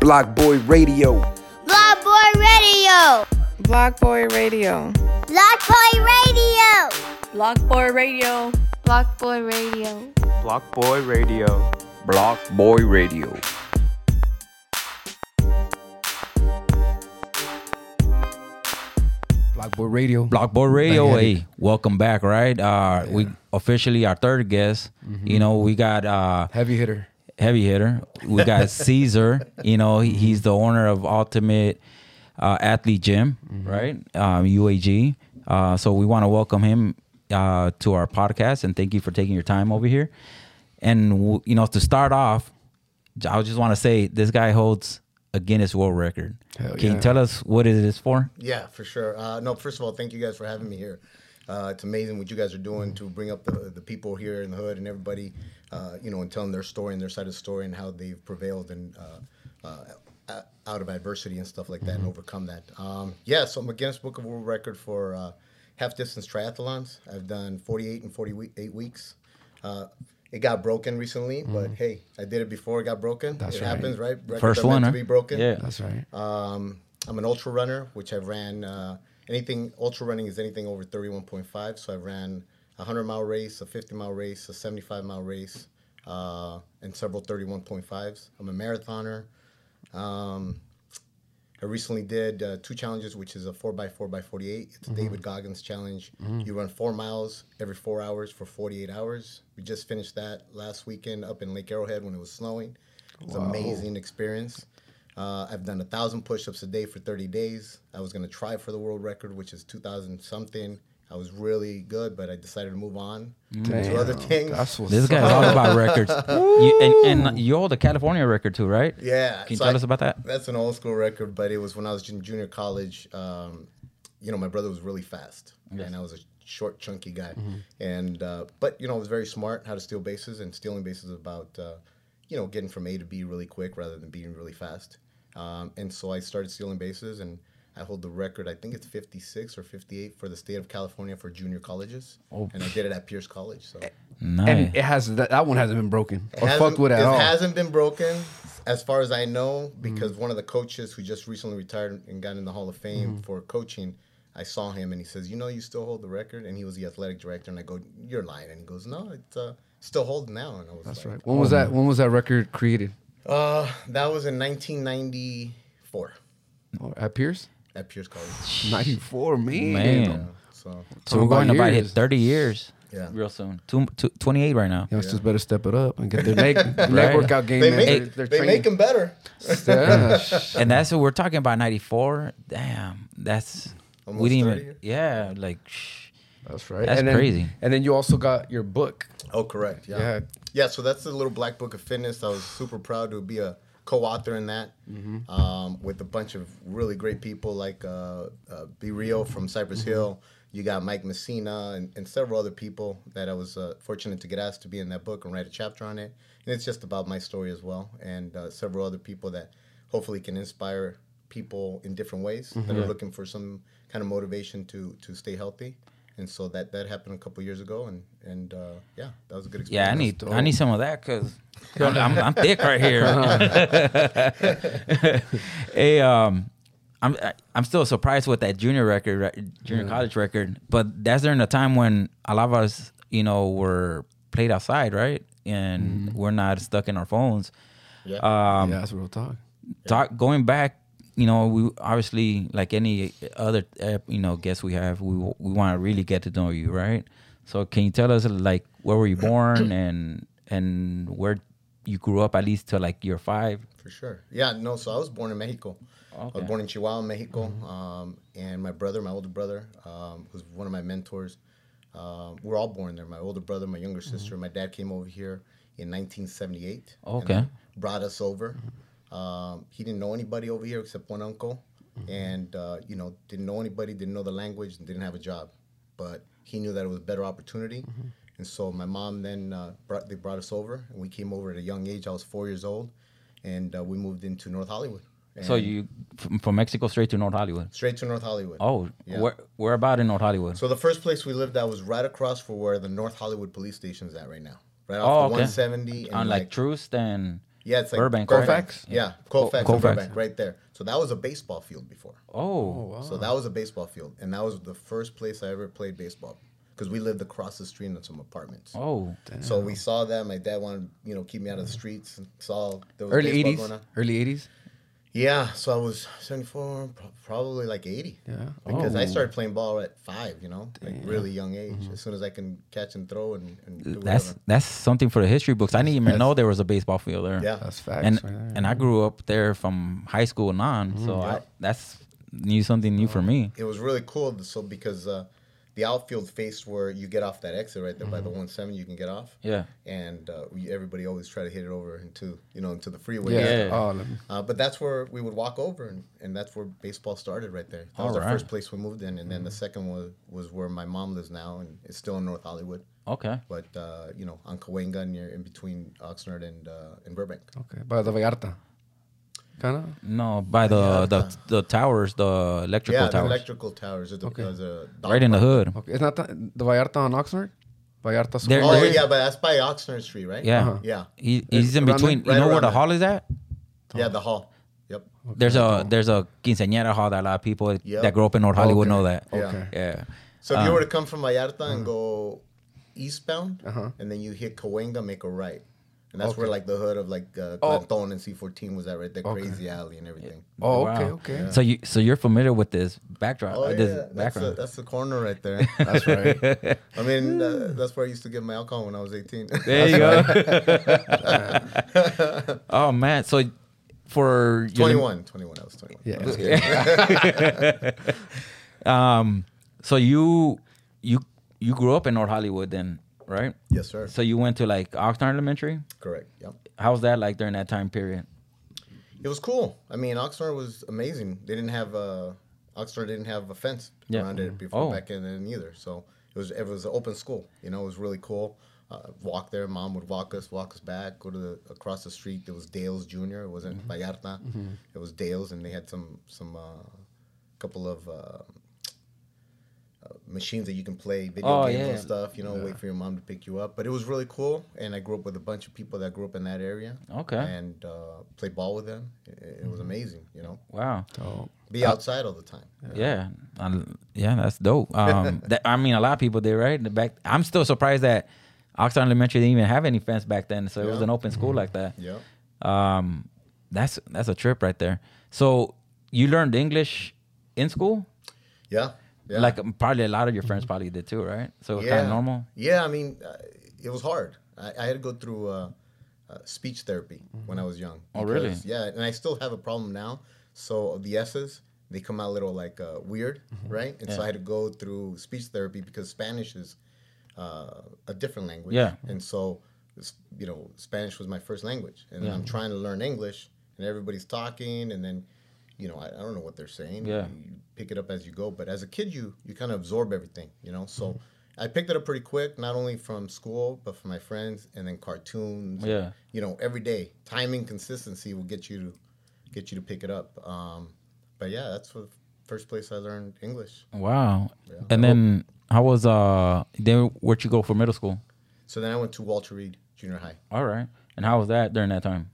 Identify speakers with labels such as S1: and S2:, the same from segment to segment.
S1: Block Boy Radio.
S2: Block Boy Radio.
S3: Block Boy Radio.
S2: Block Boy Radio.
S4: Block Boy Radio.
S5: Block Boy Radio.
S6: Block Boy Radio.
S1: Block Boy Radio.
S7: Block Boy Radio.
S8: Block Boy Radio.
S7: Back at it.
S8: hey, welcome back, right? Uh, We officially our third guest.
S7: Mm-hmm.
S8: You know, we got uh,
S7: Heavy hitter.
S8: heavy hitter. We got Caesar. You know, he, he's the owner of Ultimate uh, Athlete Gym,
S7: Mm-hmm.
S8: right? Um, UAG. Uh, so we want to welcome him uh, to our podcast and thank you for taking your time over here. And w- you know, to start off, I just want to say this guy holds a Guinness World Record.
S7: Hell
S8: Can
S7: yeah.
S8: you tell us what it is for?
S9: Yeah, for sure. Uh, no, first of all, thank you guys for having me here. Uh, it's amazing what you guys are doing to bring up the, the people here in the hood and everybody, uh, you know, and telling their story and their side of the story and how they've prevailed and uh, uh, o- out of adversity and stuff like that
S8: Mm-hmm.
S9: and overcome that. Um, yeah, so I'm a Guinness Book of World Record for uh, half distance triathlons. I've done 48 and 48 weeks. Uh, it got broken recently, but hey, I did it before it got broken.
S7: That's
S9: it
S7: right.
S9: happens, right? Records
S8: Mm-hmm. First
S9: are
S8: one,
S9: meant
S8: huh?
S9: to be broken.
S8: Yeah.
S7: That's right.
S9: Um, I'm an ultra runner, which I've ran uh, anything. Ultra running is anything over 31.5. So I ran a 100 mile race, a 50 mile race, a 75 mile race, uh, and several 31.5s. I'm a marathoner. Um, I recently did uh, two challenges, which is a 4x4x48. It's a
S8: Mm-hmm.
S9: David Goggins challenge. You run four miles every four hours for 48 hours. We just finished that last weekend up in Lake Arrowhead when it was snowing. It was an amazing experience. Uh, I've done a thousand push-ups a day for 30 days. I was gonna try for the world record, which is 2,000 something. I was really good, but I decided to move on to other things.
S7: That's what's
S8: This guy's all about records. You, and, and you hold a California record too, right?
S9: Yeah.
S8: Can you
S9: so
S8: tell
S9: I-
S8: us about that?
S9: That's an old school record, but it was when I was in junior college. Um, you know, my brother was really fast, and I was a short, chunky guy. And uh, but you know, I was very smart how to steal bases, and stealing bases is about uh, you know getting from A to B really quick rather than being really fast. Um, and so I started stealing bases, and I hold the record. I think it's 56 or 58 for the state of California for junior colleges, and I did it at Pierce College. So.
S8: Nice.
S7: And it has that, that one hasn't been broken or
S9: It
S7: fucked
S9: hasn't-
S7: with at
S9: it
S7: all. Mm.
S9: hasn't been broken, as far as I know, because one of the coaches who just recently retired and got in the Hall of Fame
S7: Mm-hmm.
S9: for coaching, I saw him and he says, "You know, you still hold the record." And he was the athletic director, and I go, "You're lying," and he goes, "No, it's uh, still holding now." And I was
S7: That's
S9: like,
S7: right. When was that? When was that record created?
S9: Uh, that was in 1994
S7: Oh, at Pierce?
S9: at Pierce College.
S7: Ninety four, man.
S8: Man.
S9: Yeah, so
S8: so we're going to
S7: Talking about
S8: about hit
S7: years.
S8: 30 years
S9: Yeah.
S8: real soon. Two, two, 28 right now.
S7: Youngsters better step it up and get their neck, neck
S8: Right.
S7: workout game.
S9: they
S7: in.
S9: make
S7: They're-
S9: they
S7: they're
S9: make
S7: training.
S9: him better.
S7: Yeah, sh-
S8: And that's what we're talking about 94. Damn. That's. we
S9: Almost
S8: didn't
S9: 30.
S8: even. Yeah. Like, shh.
S7: That's right.
S8: That's
S7: and then,
S8: crazy.
S7: And then you also got your book.
S9: Oh, correct. Yeah.
S7: Yeah.
S9: yeah. so that's the little black book of fitness. I was super proud to be a co-author in that um, with a bunch of really great people like uh, uh, B. Rio from Cypress Hill. You got Mike Messina and, and several other people that I was uh, fortunate to get asked to be in that book and write a chapter on it. And it's just about my story as well and uh, several other people that hopefully can inspire people in different ways that are looking for some kind of motivation to to stay healthy. And so that that happened a couple years ago, and and uh, yeah, that was a good experience.
S8: Yeah, I need I need some of that because I'm, I'm thick right here. hey, um, I'm I- I'm still surprised with that junior record, right, junior college record. But that's during a time when a lot of us, you know, were played outside, right? And we're not stuck in our phones.
S9: Yeah.
S8: Um,
S7: yeah, that's real talk.
S8: talk, going back, you know, we obviously like any other uh, you know guest we have, we w- we want to really get to know you, right? So can you tell us like where were you born and and where you grew up at least till like year five?
S9: for sure. Yeah, no. So I was born in Mexico. I
S8: Okay. Mm-hmm.
S9: was born in Chihuahua, Mexico. Um, and my brother, my older brother, um, who's one of my mentors, um, we're all born there. My older brother, my younger
S8: Mm-hmm.
S9: sister. My dad came over here in 1978. and
S8: Okay.
S9: brought us over. Um, he didn't know anybody over here except one uncle,
S8: Mm-hmm.
S9: and uh, you know didn't know anybody, didn't know the language, and didn't have a job. But he knew that it was a better opportunity,
S8: Mm-hmm.
S9: and so my mom then uh, brought they brought us over, and we came over at a young age. I was four years old, and uh, we moved into North Hollywood.
S8: So
S9: And
S8: you from, from Mexico straight to North Hollywood.
S9: straight to North Hollywood.
S8: Oh,
S9: Yeah.
S8: where where about in North Hollywood?
S9: So the first place we lived at was right across from where the North Hollywood police station is at right now, right
S8: Oh,
S9: off
S8: okay.
S9: the 170 and
S8: On like Troost and
S9: Yeah, it's like
S8: Burbank,
S7: Colfax?
S9: Yeah, Colfax,
S8: Colfax.
S9: and Burbank, right there. So that was a baseball field before.
S8: Oh,
S9: So that was a baseball field, and that was the first place I ever played baseball because we lived across the street in some apartments.
S8: oh,
S9: So we saw that. My dad wanted, you know, keep me out of the streets. And saw there was
S7: Early
S9: baseball
S7: eighties.
S9: going on.
S7: Early eighties.
S9: Yeah. So I was 74, pro- probably like 80.
S7: Yeah.
S9: Because
S8: Oh. Mm-hmm.
S9: I started playing ball at five, you know, like really young age. As soon as I can catch and throw and, and do
S8: that's
S9: whatever.
S8: that's something for the history books. I didn't even know there was a baseball field there.
S9: Yeah.
S7: That's facts.
S8: and
S7: right there.
S8: and I grew up there from high school and on, so I, that's new something new for me.
S9: it was really cool. So because uh, the outfield faced where you get off that exit right there by the one seven, you can get off.
S8: Mm-hmm. Yeah.
S9: And uh, we, everybody always try to hit it over into you know into the freeway.
S7: yeah.
S8: Yeah.
S7: Oh, let me-
S9: Uh, but that's where we would walk over, and, and that's where baseball started right there. That was
S8: All
S9: the first
S8: right.
S9: place we moved in, and then the
S8: Mm-hmm.
S9: second was was where my mom lives now, and it's still in North Hollywood.
S8: Okay.
S9: But uh, you know, on Cahuenga, near in between Oxnard and uh, and Burbank.
S7: okay. By the Vallarta. Kind of.
S8: No, by the the, the towers, the electrical
S9: yeah, the
S8: towers,
S9: electrical towers. Is the, is the
S8: right in the hood.
S7: Okay. It's not the, the Vallarta on Oxnard. Vallarta.
S8: There-
S7: Square?
S9: Oh
S8: there-
S9: yeah, but that's by Oxnard Street, right?
S8: Yeah,
S9: Yeah.
S8: He, he's in
S7: around
S9: there?
S8: between.
S9: Uh-huh. Right
S8: you know
S9: around
S8: where the
S9: there.
S8: hall is at?
S9: Yeah, the hall. Yep.
S8: There's a there's a quinceañera hall that a lot of people
S9: Yep.
S8: that grow up in North Hollywood know that.
S7: Okay. Ah. Uh-huh.
S8: Yeah.
S9: So if you were to come from Vallarta and go eastbound, and then you hit Cahuenga, make a right, and that's where like the hood of like uh, Clanton and C14 was at, right there, crazy alley and everything.
S7: Oh, okay.
S8: Wow.
S7: Okay.
S8: So you so you're familiar with this backdrop?
S9: Oh
S8: uh,
S9: yeah,
S8: this
S9: that's the,
S8: background.
S9: that's the corner right there.
S7: That's right.
S9: I mean, uh, that's where I used to get my alcohol when I was 18.
S8: there you go. oh man, so for your lim-
S9: 21, 21, I was 21.
S7: Yeah.
S8: so you you you grew up in North Hollywood then, right?
S9: Yes, sir.
S8: So you went to like Oxnard Elementary.
S9: Correct. Yep.
S8: How was that like during that time period?
S9: It was cool. I mean, Oxnard was amazing. They didn't have uh, Oxnard didn't have a fence
S8: Yeah.
S9: around it before
S8: Oh.
S9: back in then either. So it was it was an open school. You know, it was really cool. Uh, walk there. Mom would walk us, walk us back. Go to the across the street. There was Dale's Junior. It wasn't
S8: Mm-hmm.
S9: Vallarta. It was Dale's, and they had some some uh, couple of. Uh, machines that you can play video
S8: Oh,
S9: games
S8: yeah,
S9: and
S8: yeah.
S9: stuff, you know, wait for your mom to pick you up. But it was really cool, and I grew up with a bunch of people that grew up in that area.
S8: Okay.
S9: And uh, played ball with them. It, it was amazing, you know.
S8: Wow.
S7: Oh,
S9: Be outside all the time.
S8: Yeah, I- yeah, that's dope. Um, that, I mean, a lot of people did, right? The back, I'm still surprised that Oxnard Elementary didn't even have any fence back then, so it was
S9: Yeah.
S8: an open school like that.
S9: Yeah.
S8: Um, that's that's a trip right there. So you learned English in school,
S9: Yeah. Yeah.
S8: like um, probably a lot of your friends probably did too, right? So it's
S9: yeah.
S8: kind of normal.
S9: Yeah, I mean, uh, it was hard. I, I had to go through uh, uh, speech therapy when I was young.
S8: Oh, really?
S9: because- Yeah, and I still have a problem now. So the S's, they come out a little like uh, weird,
S8: Mm-hmm.
S9: right? And so I had to go through speech therapy because Spanish is uh, a different language.
S8: Yeah.
S9: And so, s- you know, Spanish was my first language. And I'm trying to learn English, and everybody's talking, and then, you know, I, I don't know what they're saying.
S8: Yeah.
S9: You pick it up as you go. But as a kid, you you kind of absorb everything, you know?
S8: Mm-hmm.
S9: So I picked it up pretty quick, not only from school, but from my friends, and then cartoons.
S8: Yeah.
S9: You know, every day. Timing consistency will get you to get you to pick it up. Um, but yeah, that's the first place I learned English.
S8: Wow. And then how was uh then where'd you go for middle school?
S9: So then I went to Walter Reed Junior High.
S8: All right. And how was that during that time?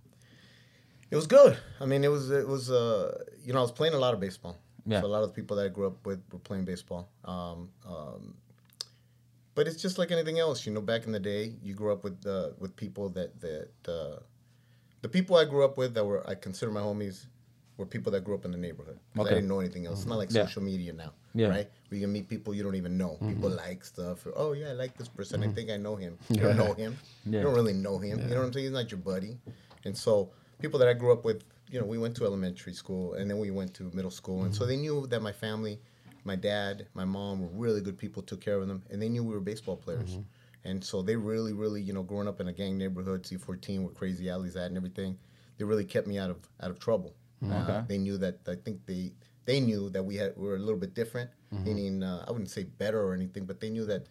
S9: It was good. I mean, it was it was uh, you know I was playing a lot of baseball.
S8: Yeah.
S9: So a lot of the people that I grew up with were playing baseball. Um, um, but it's just like anything else, you know. Back in the day, you grew up with uh, with people that that uh, the people I grew up with that were I consider my homies were people that grew up in the neighborhood. 'Cause
S8: Okay.
S9: I didn't know anything else. It's not like
S8: Yeah.
S9: social media now,
S8: Yeah. Mm-hmm.
S9: right? Where you can meet people you don't even know. People like stuff. Or, oh yeah, I like this person. I think I know him. You don't know him.
S8: Yeah.
S9: You don't really know him. You know what I'm saying? He's not your buddy. And so people that I grew up with, you know, we went to elementary school and then we went to middle school. And so
S8: Mm-hmm.
S9: they knew that my family, my dad, my mom were really good people, took care of them, and they knew we were baseball players.
S8: Mm-hmm.
S9: And so they really, really, you know, growing up in a gang neighborhood, C fourteen where crazy alleys at and everything, they really kept me out of out of trouble.
S8: Mm-hmm.
S9: Uh, they knew that I think they they knew that we had were a little bit different,
S8: Mm-hmm.
S9: meaning uh, I wouldn't say better or anything, but they knew that,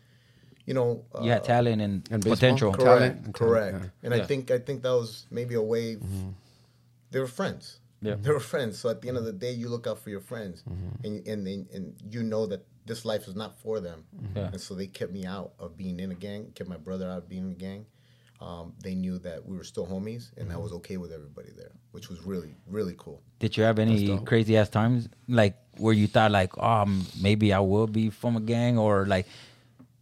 S9: you know, uh,
S8: You had talent and,
S7: and baseball?
S8: potential.
S7: Correct.
S9: Correct.
S7: Talent and talent, Mm-hmm.
S9: correct. And
S8: Yeah.
S9: I think I think that was maybe a way. f- They were friends.
S8: Yeah.
S9: They were friends. So at the end of the day, you look out for your friends,
S7: Mm-hmm.
S9: and, and and and you know that this life is not for them.
S7: Mm-hmm.
S8: Yeah.
S9: And so they kept me out of being in a gang. Kept my brother out of being in a gang. um, they knew that we were still homies and
S7: Mm-hmm.
S9: I was okay with everybody there, which was really, really cool.
S8: Did you have any crazy ass times like where you thought like, oh, m- maybe I will be from a gang or like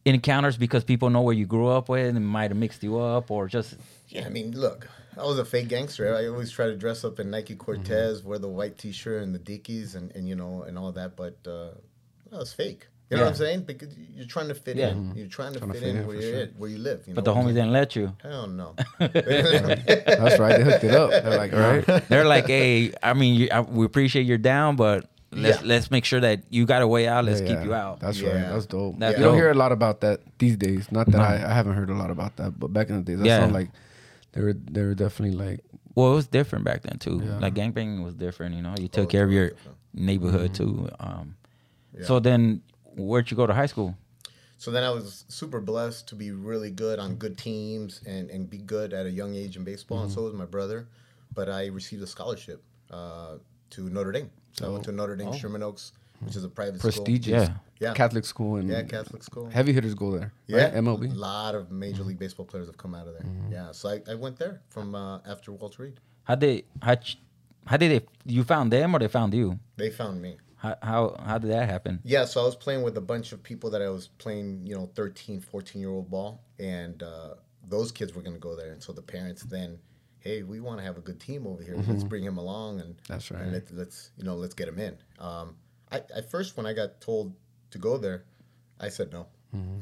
S8: encounters because people know where you grew up with and might have mixed you up or just
S9: Yeah, I mean, look, I was a fake gangster. I always try to dress up in Nike Cortez, wear the white T-shirt and the dickies, and, and you know, and all that. But uh, no, it's fake. You know what I'm saying? Because you're trying to fit
S8: Yeah.
S9: in. You're trying to, fit, in, where, you're at, where you live. You
S8: but
S9: know?
S8: the homies didn't let you.
S9: Hell no.
S7: That's right. They hooked it up. They're like, right?
S8: They're like, hey, I mean, you, I, we appreciate you're down, but let's
S9: Yeah.
S8: let's make sure that you got a way out. Let's
S7: Yeah,
S8: keep you out.
S7: That's
S9: Yeah.
S7: right. That's dope.
S8: That's
S7: you don't
S8: dope.
S7: hear a lot about that these days. Not that I, I haven't heard a lot about that, but back in the days, that
S8: Yeah.
S7: sound like they were they were definitely like
S8: well, it was different back then too.
S7: Yeah.
S8: Like gangbanging was different. You know, you took care of your neighborhood
S7: Mm-hmm.
S8: too. Um, So then, where'd you go to high school?
S9: so then I was super blessed to be really good on good teams and, and be good at a young age in baseball, and so was my brother. But I received a scholarship uh, to Notre Dame. So I went to Notre Dame Sherman Oaks, which is a private school.
S7: prestigious
S8: Yeah.
S9: Yeah.
S7: Catholic school and
S9: Yeah, Catholic school.
S7: heavy hitters go there.
S9: Yeah,
S7: right? MLB.
S9: A lot of Major League Baseball players have come out of there. Yeah, so I, I went there from uh, after Walter Reed.
S8: How did how ch- how did they you found them or they found you?
S9: They found me.
S8: How how, how did that happen?
S9: Yeah, so I was playing with a bunch of people that I was playing, you know, 13, 14 year old ball, and uh, those kids were going to go there. And so the parents then, hey, we want to have a good team over here. Let's bring him along, and
S7: That's right.
S9: And let, let's you know, let's get him in. Um, I at first when I got told to go there, I said no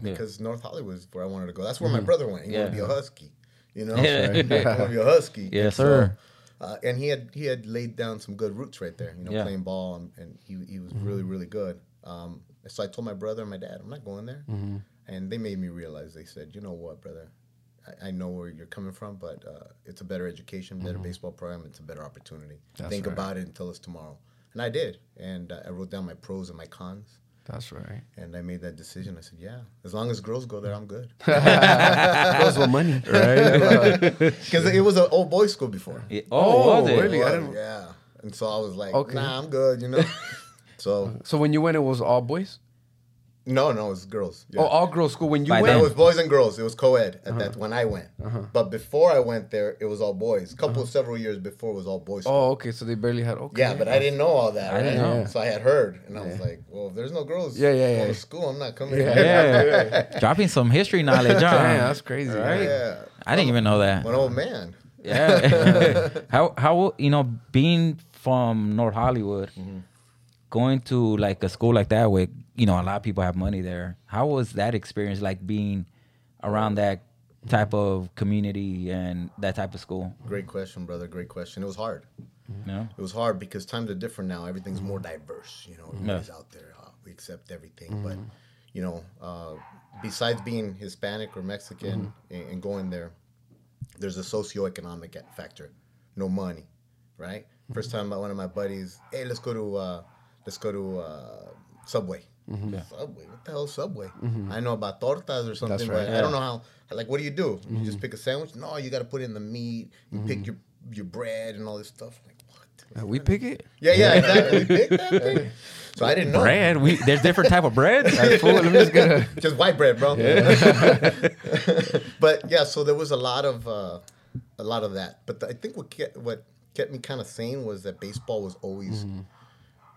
S9: because North Hollywood is where I wanted to go. That's where my brother went. He wanted to be a husky, you know. he wanted to be a husky.
S8: Yes,
S9: So,
S8: sir.
S9: uh, and he had he had laid down some good roots right there, you know,
S8: Yeah. Mm-hmm.
S9: playing ball, and, and he he was really really good. Um, so I told my brother and my dad, I'm not going there,
S8: Mm-hmm.
S9: and they made me realize. They said, you know what, brother, I, I know where you're coming from, but uh, it's a better education, better
S8: Mm-hmm.
S9: baseball program, it's a better opportunity. Think about it and tell us tomorrow. And I did, and uh, I wrote down my pros and my cons.
S7: That's right.
S9: And I made that decision. I said, "Yeah, as long as girls go there, I'm good."
S7: Those with money.
S9: Because it was an old boys' school before.
S8: Yeah. Oh, was it?
S7: really? I
S9: was,
S7: didn't-
S9: yeah. And so I was like,
S7: Okay.
S9: nah, I'm good, you know? so,
S7: So when you went, it was all boys.
S9: no, no, it was girls. Yeah.
S7: Oh, Uh-huh. all girls school. When you
S8: By
S9: No,
S7: went,
S9: it was boys and girls. It was co ed at that when I went.
S7: Uh-huh.
S9: But before I went there, it was all boys. A couple of several years before it was all boys.
S7: oh, okay. So they barely had. Okay.
S9: Yeah, but I didn't know all that. right?
S8: didn't know.
S9: So I had heard, and I was like, well, if there's no girls
S7: Yeah, yeah,
S9: going
S7: yeah.
S9: to school, I'm not coming.
S8: Yeah, dropping some history knowledge. Huh?
S7: Damn, that's crazy.
S8: Right?
S9: yeah.
S8: I didn't even know that.
S9: I'm an old man.
S8: Yeah. how how you know being from North Hollywood, going to like a school like that where you know a lot of people have money there. How was that experience like being around that type of community and that type of school?
S9: Great question, brother. Great question. It was hard.
S8: You know?
S9: it was hard because times are different now. Everything's more diverse. You know, everybody's out there. Uh, we accept everything. But, you know, uh, besides being Hispanic or Mexican and, and going there, there's a socioeconomic a- factor. No money, right? First time my- one of my buddies, hey, let's go to uh, let's go to uh, Subway. Subway, what the hell, is Subway? I know about tortas or something, but I don't know how. Like, what do you do? You just pick a sandwich? No, you got to put in the meat and pick your your bread and all this stuff. Like, what?
S7: Uh, we pick it.
S9: Yeah, yeah, exactly. We picked that thing. So I didn't know.
S8: Bread, we there's different type of bread.
S7: Fool, let me just get a.
S9: Just white bread, bro. but yeah, so there was a lot of uh, a lot of that. But I think what kept, what kept me kind of sane was that baseball was always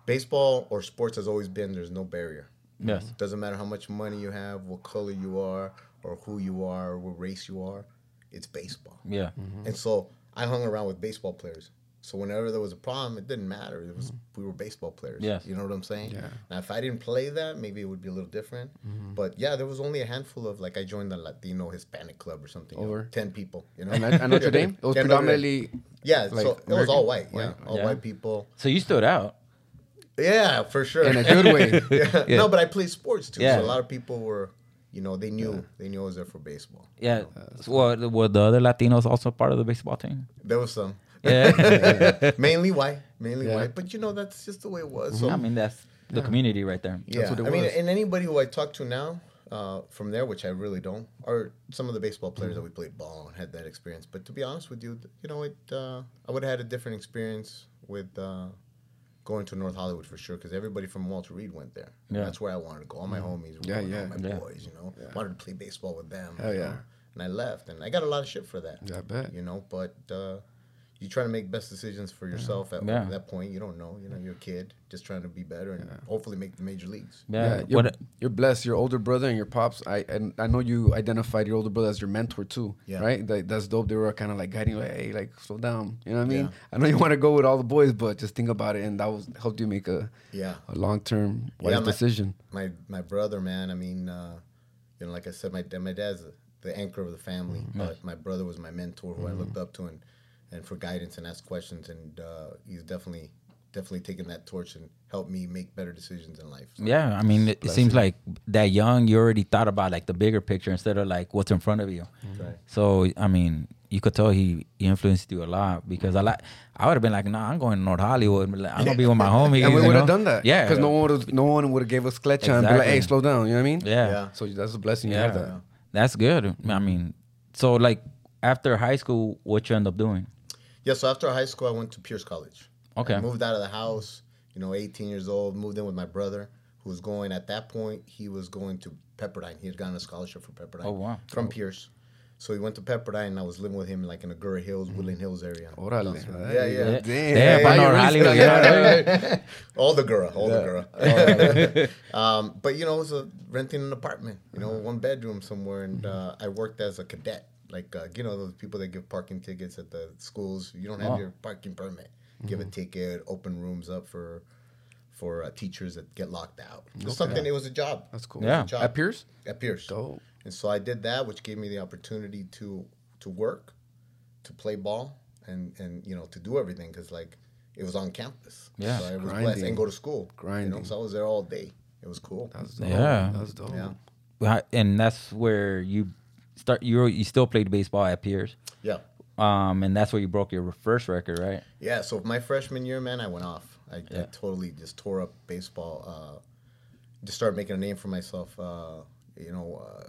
S9: baseball or sports has always been there's no barrier.
S8: yes.
S9: Doesn't matter how much money you have, what color you are, or who you are, or what race you are. It's baseball.
S8: Yeah.
S9: And so I hung around with baseball players. So whenever there was a problem, it didn't matter. It was
S7: Mm-hmm.
S9: we were baseball players.
S8: Yes.
S9: You know what I'm saying? Yeah. Now if I didn't play that, maybe it would be a little different.
S7: Mm-hmm.
S9: But yeah, there was only a handful of like I joined the Latino Hispanic club or something. you know,
S7: Over.
S9: Ten people. You know.
S7: And at- at Notre Dame, it was
S9: Yeah, Notre Dame.
S7: predominantly.
S9: Yeah,
S7: like,
S9: so it was all white.
S7: American?
S9: Yeah.
S7: White,
S9: All
S8: yeah.
S9: white people.
S8: So you stood out.
S9: Yeah, for sure.
S7: In a good way.
S9: yeah. No, but I played sports too.
S8: Yeah.
S9: So a lot of people were you know, they knew they knew I was there for baseball.
S8: Yeah. Well, were the other Latinos also part of the baseball team?
S9: There was some.
S8: Yeah.
S9: mainly white. Mainly
S7: Yeah.
S9: white. But you know, that's just the way it was. So
S8: I mean that's the community right there.
S9: Yeah,
S7: what it
S9: I mean,
S7: was.
S9: and anybody who I talk to now uh, from there, which I really don't, are some of the baseball players that we played ball and had that experience. But to be honest with you, th- you know, it uh, I would have had a different experience with uh, going to North Hollywood for sure, because everybody from Walter Reed went there.
S8: Yeah.
S9: That's where I wanted to go. All my homies, were
S7: Mm-hmm. Yeah,
S9: going, all my
S7: yeah.
S8: Yeah.
S9: boys, you know, wanted to play baseball with them.
S7: Hell
S9: you
S7: yeah.
S9: know. and I left, and I got a lot of shit for that.
S7: Yeah, I bet.
S9: You know, but uh, you try to make best decisions for yourself at
S8: Yeah.
S9: that point. You don't know. You know, you're a kid, just trying to be better and hopefully make the major leagues.
S8: Yeah.
S7: you're,
S8: What-
S7: you're blessed. Your older brother and your pops. I and I know you identified your older brother as your mentor too.
S9: Yeah.
S7: Right. That, that's dope. They were kind of like guiding you, like, hey, like slow down. You know what I mean?
S9: Yeah.
S7: I know you want to go with all the boys, but just think about it, and that was helped you make a
S9: Yeah.
S7: a long term wise
S9: Yeah, my-
S7: decision.
S9: my my brother, man. I mean, uh, you know, like I said, my dad, my dad's the anchor of the family,
S8: Mm-hmm.
S9: but my brother was my mentor, who I looked up to and and for guidance and ask questions, and uh, he's definitely definitely taken that torch and helped me make better decisions in life. So,
S8: Yeah, I mean, it, it seems like that young, you already thought about like the bigger picture instead of like what's in front of you.
S7: Mm-hmm.
S9: Right.
S8: So, I mean, you could tell he he influenced you a lot because a lot, I would have been like, nah, I'm going to North Hollywood. Like, I'm gonna be with my homies.
S7: And we
S8: you
S7: would have
S8: know?
S7: done that.
S8: Yeah,
S7: Because no one would no one would have gave us clutch and be like,
S8: Exactly.
S7: hey, slow down. You know what I mean?
S8: Yeah.
S9: Yeah.
S7: So that's a blessing you
S8: Yeah.
S7: have that.
S8: That's good. I mean, so like after high school, what you end up doing?
S9: Yeah. So after high school, I went to Pierce College.
S8: Okay.
S9: I moved out of the house. You know, 18 years old. Moved in with my brother, who was going at that point. He was going to Pepperdine. He had gotten a scholarship for Pepperdine.
S8: Oh, wow.
S9: From Pierce. So he went to Pepperdine, and I was living with him like in Agoura Hills, Woodland Hills area.
S7: Orale.
S9: Yeah, yeah.
S8: Yeah.
S7: Damn.
S8: Damn,
S7: Why
S8: I
S7: you
S8: know
S7: really stuck
S8: Hollywood. Yeah.
S7: out?
S9: all the girl, all the girl. um, but you know, it was a, renting an apartment, you know, one bedroom somewhere, and
S7: Mm-hmm.
S9: uh, I worked as a cadet, like uh, you know those people that give parking tickets at the schools. You don't have
S7: Oh.
S9: your parking permit, give a
S7: Mm-hmm.
S9: ticket, open rooms up for for uh, teachers that get locked out. Just something. It was a job.
S7: That's cool.
S8: Yeah.
S9: job.
S7: At Pierce?
S9: At Pierce.
S7: Dope.
S9: And so I did that, which gave me the opportunity to to work, to play ball, and and you know to do everything because like it was on campus.
S8: Yeah.
S9: So I was blessed
S7: Grinding.
S9: and go to school. You know,
S7: Grinding.
S9: so I was there all day. It was cool.
S7: That's dope.
S8: Yeah.
S7: That's dope.
S9: yeah.
S8: Hi- And that's where you start. You you still played baseball at Pierce,
S9: Yeah.
S8: um, and that's where you broke your first record, right?
S9: Yeah. So my freshman year, man, I went off. I, I
S8: Yeah.
S9: totally just tore up baseball. Uh, just started making a name for myself. Uh, you know, uh,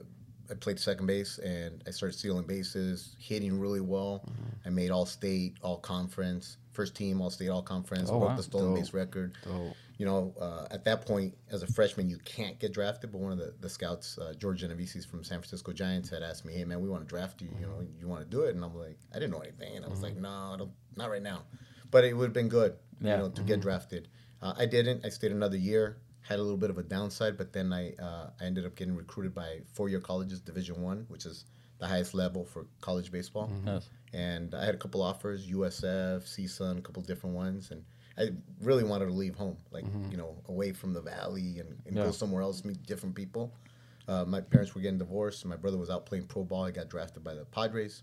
S9: I played second base and I started stealing bases, hitting really well. I made all state, all conference, first team, all state, all conference, broke
S8: wow.
S9: the stolen
S7: Dope.
S9: base record.
S7: Dope.
S9: You know, uh, at that point, as a freshman, you can't get drafted. But one of the, the scouts, uh, George Genovese from San Francisco Giants, had asked me, "Hey, man, we want to draft you. You know, you want to do it?" And I'm like, I didn't know anything, and I was like, "No, I don't, not right now." But it would have been good,
S8: Yeah.
S9: you know, to get drafted. Uh, I didn't. I stayed another year. Had a little bit of a downside, but then I uh, I ended up getting recruited by four-year colleges, Division One, which is the highest level for college baseball.
S8: Yes.
S9: And I had a couple offers, USF, CSUN, a couple different ones, and I really wanted to leave home, like you know, away from the valley and, and
S8: Yeah.
S9: go somewhere else, meet different people. Uh, my parents were getting divorced. My brother was out playing pro ball. He got drafted by the Padres,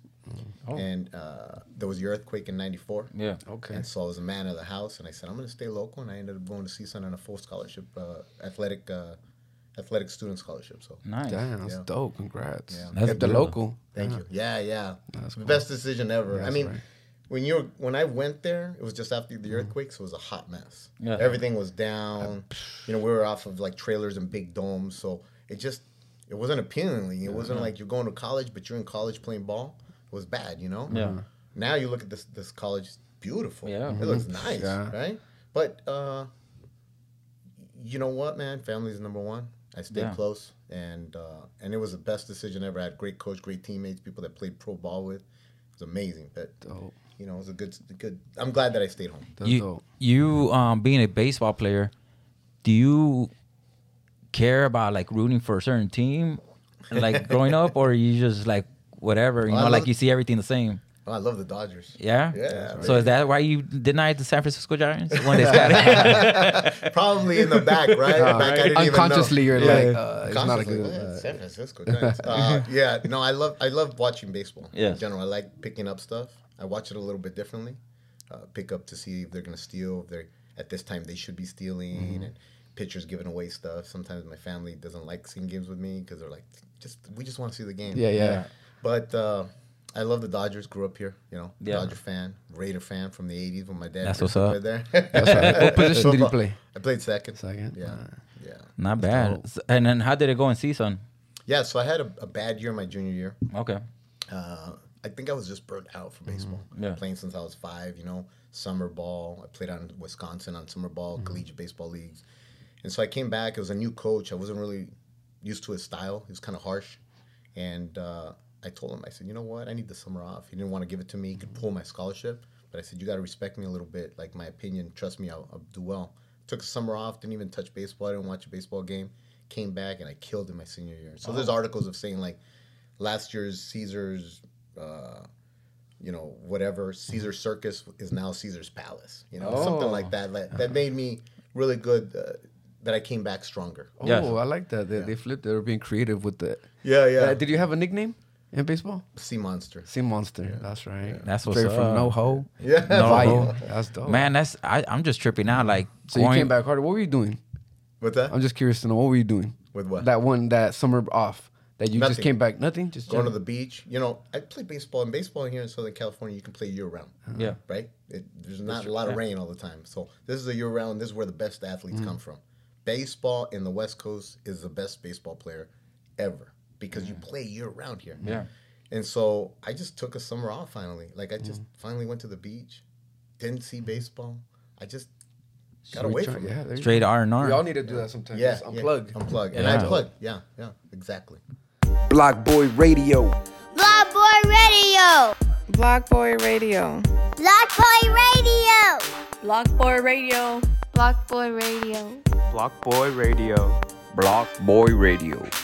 S9: and uh, there was the earthquake in '94.
S8: Mm-hmm. Oh. Yeah.
S7: Okay.
S9: And so I was a man of the house, and I said I'm going to stay local, and I ended up going to CSUN on a full scholarship, uh, athletic, uh, athletic student scholarship. So
S8: Nice.
S7: Damn, that's
S9: Yeah.
S7: dope. Congrats.
S9: Yeah.
S8: That's
S7: That's the
S8: beautiful.
S7: local.
S9: Thank you. Yeah, yeah.
S7: That's cool.
S9: Best decision ever. I
S7: That's
S9: mean,
S7: right. Mm-hmm.
S9: when you were, when I went there, it was just after the earthquake, so it was a hot mess.
S8: Yeah.
S9: Everything was down. You know, we were off of like trailers and big domes, so it just it wasn't appealing. It wasn't like you're going to college, but you're in college playing ball. It was bad, you know.
S8: Yeah. Mhm.
S9: Now you look at this this college, it's beautiful.
S8: Yeah.
S9: It looks nice,
S7: Mm-hmm. Yeah.
S9: right? But uh, you know what, man? Family is number one. I stayed
S8: Yeah.
S9: close, and uh, and it was the best decision ever. I had great coach, great teammates, people that played pro ball with. It was amazing. But
S7: Dope.
S9: you know, it was a good, good. I'm glad that I stayed home.
S7: That's
S8: You
S7: dope.
S8: you um being a baseball player, do you care about like rooting for a certain team, like growing up, or you just like whatever you
S9: Well, I
S8: know, like
S9: love-
S8: you see everything the same.
S9: Oh, I love the Dodgers.
S8: Yeah.
S9: Yeah,
S8: So is that why you denied the San Francisco Giants when they started?
S9: Probably in the back, right? Back, I didn't even know.
S7: Unconsciously, you're
S9: Yeah.
S7: like, uh, it's not a
S9: Consciously,
S7: good.
S9: "Oh, yeah, San Francisco Giants. Uh, yeah, no, I love I love watching baseball.
S8: Yes.
S9: In general, I like picking up stuff. I watch it a little bit differently. Uh, pick up to see if they're gonna steal. If they're at this time they should be stealing
S7: Mm-hmm.
S9: and pitchers giving away stuff. Sometimes my family doesn't like seeing games with me because they're like, just we just want to see the game.
S7: Yeah, yeah.
S9: But uh, I love the Dodgers. Grew up here, you know,
S8: Yeah.
S9: Dodger fan, Raider fan from the '80s when my dad
S8: That's
S9: first
S8: what's up.
S9: played there.
S7: What position did you
S9: Football.
S7: play?
S9: I played second.
S7: Second?
S9: Yeah.
S7: Ah.
S9: Yeah.
S8: Not bad.
S7: dope.
S8: S- And then how did it go in season?
S9: Yeah. So I had a, a bad year my junior year.
S8: Okay.
S9: Uh, I think I was just burnt out for baseball.
S8: Yeah.
S9: Playing since I was five, you know, summer ball. I played on Wisconsin on summer ball, collegiate baseball leagues. And so I came back. It was a new coach. I wasn't really used to his style. He was kind of harsh. And uh, I told him, I said, you know what? I need the summer off. He didn't want to give it to me. He could pull my scholarship, but I said, you got to respect me a little bit. Like my opinion, trust me, I'll, I'll do well. Took the summer off. Didn't even touch baseball. I didn't watch a baseball game. Came back and I killed in my senior year. So there's articles of saying like last year's Caesar's. Uh, you know, whatever Caesar Circus is now Caesar's Palace. You know, something like that. That, that made me really good. Uh, that I came back stronger.
S7: Oh,
S8: Yes.
S7: I like that. They, they flipped. They're being creative with the.
S9: Yeah, yeah.
S7: Uh, did you have a nickname in baseball?
S9: Sea monster.
S7: Sea Monster. That's right.
S8: That's what's
S7: Straight
S8: up.
S7: from No Ho.
S9: Yeah.
S8: No,
S7: Fire.
S8: bro.
S7: That's dope.
S8: Man, that's I, I'm just tripping out. Like
S7: Oh, So you came back harder. What were you doing?
S9: What's that?
S7: I'm just curious to know what were you doing
S9: With what?
S7: That one that summer off that you just
S9: Nothing.
S7: came back. Nothing. Just
S9: going to the
S7: chilling?
S9: beach. You know, I play baseball, and baseball here in Southern California, you can play year round.
S8: Yeah.
S9: Right? It, there's not a lot of rain all the time. So, this is a year round. This is where the best athletes
S7: Mm.
S9: come from. Baseball in the West Coast is the best baseball player ever because you play year round here.
S8: Yeah.
S9: And so, I just took a summer off finally. Like, I
S7: Mm.
S9: just finally went to the beach, didn't see baseball. I just got away
S7: Try-
S9: from it.
S7: Yeah. there you
S8: Straight R and
S7: go. We all
S8: R.
S7: need to do that sometimes.
S9: Yeah,
S7: Just
S9: yeah,
S7: unplug.
S9: unplug, and
S8: Yeah.
S9: I plug. Yeah, yeah, exactly.
S1: Block Boy Radio.
S2: Blog Boy Radio.
S3: Blog Boy Radio.
S2: Blog
S4: Boy
S2: Boy Radio.
S4: Radio.
S5: Block Boy Radio.
S6: Block Boy Radio.
S1: Block Boy Radio.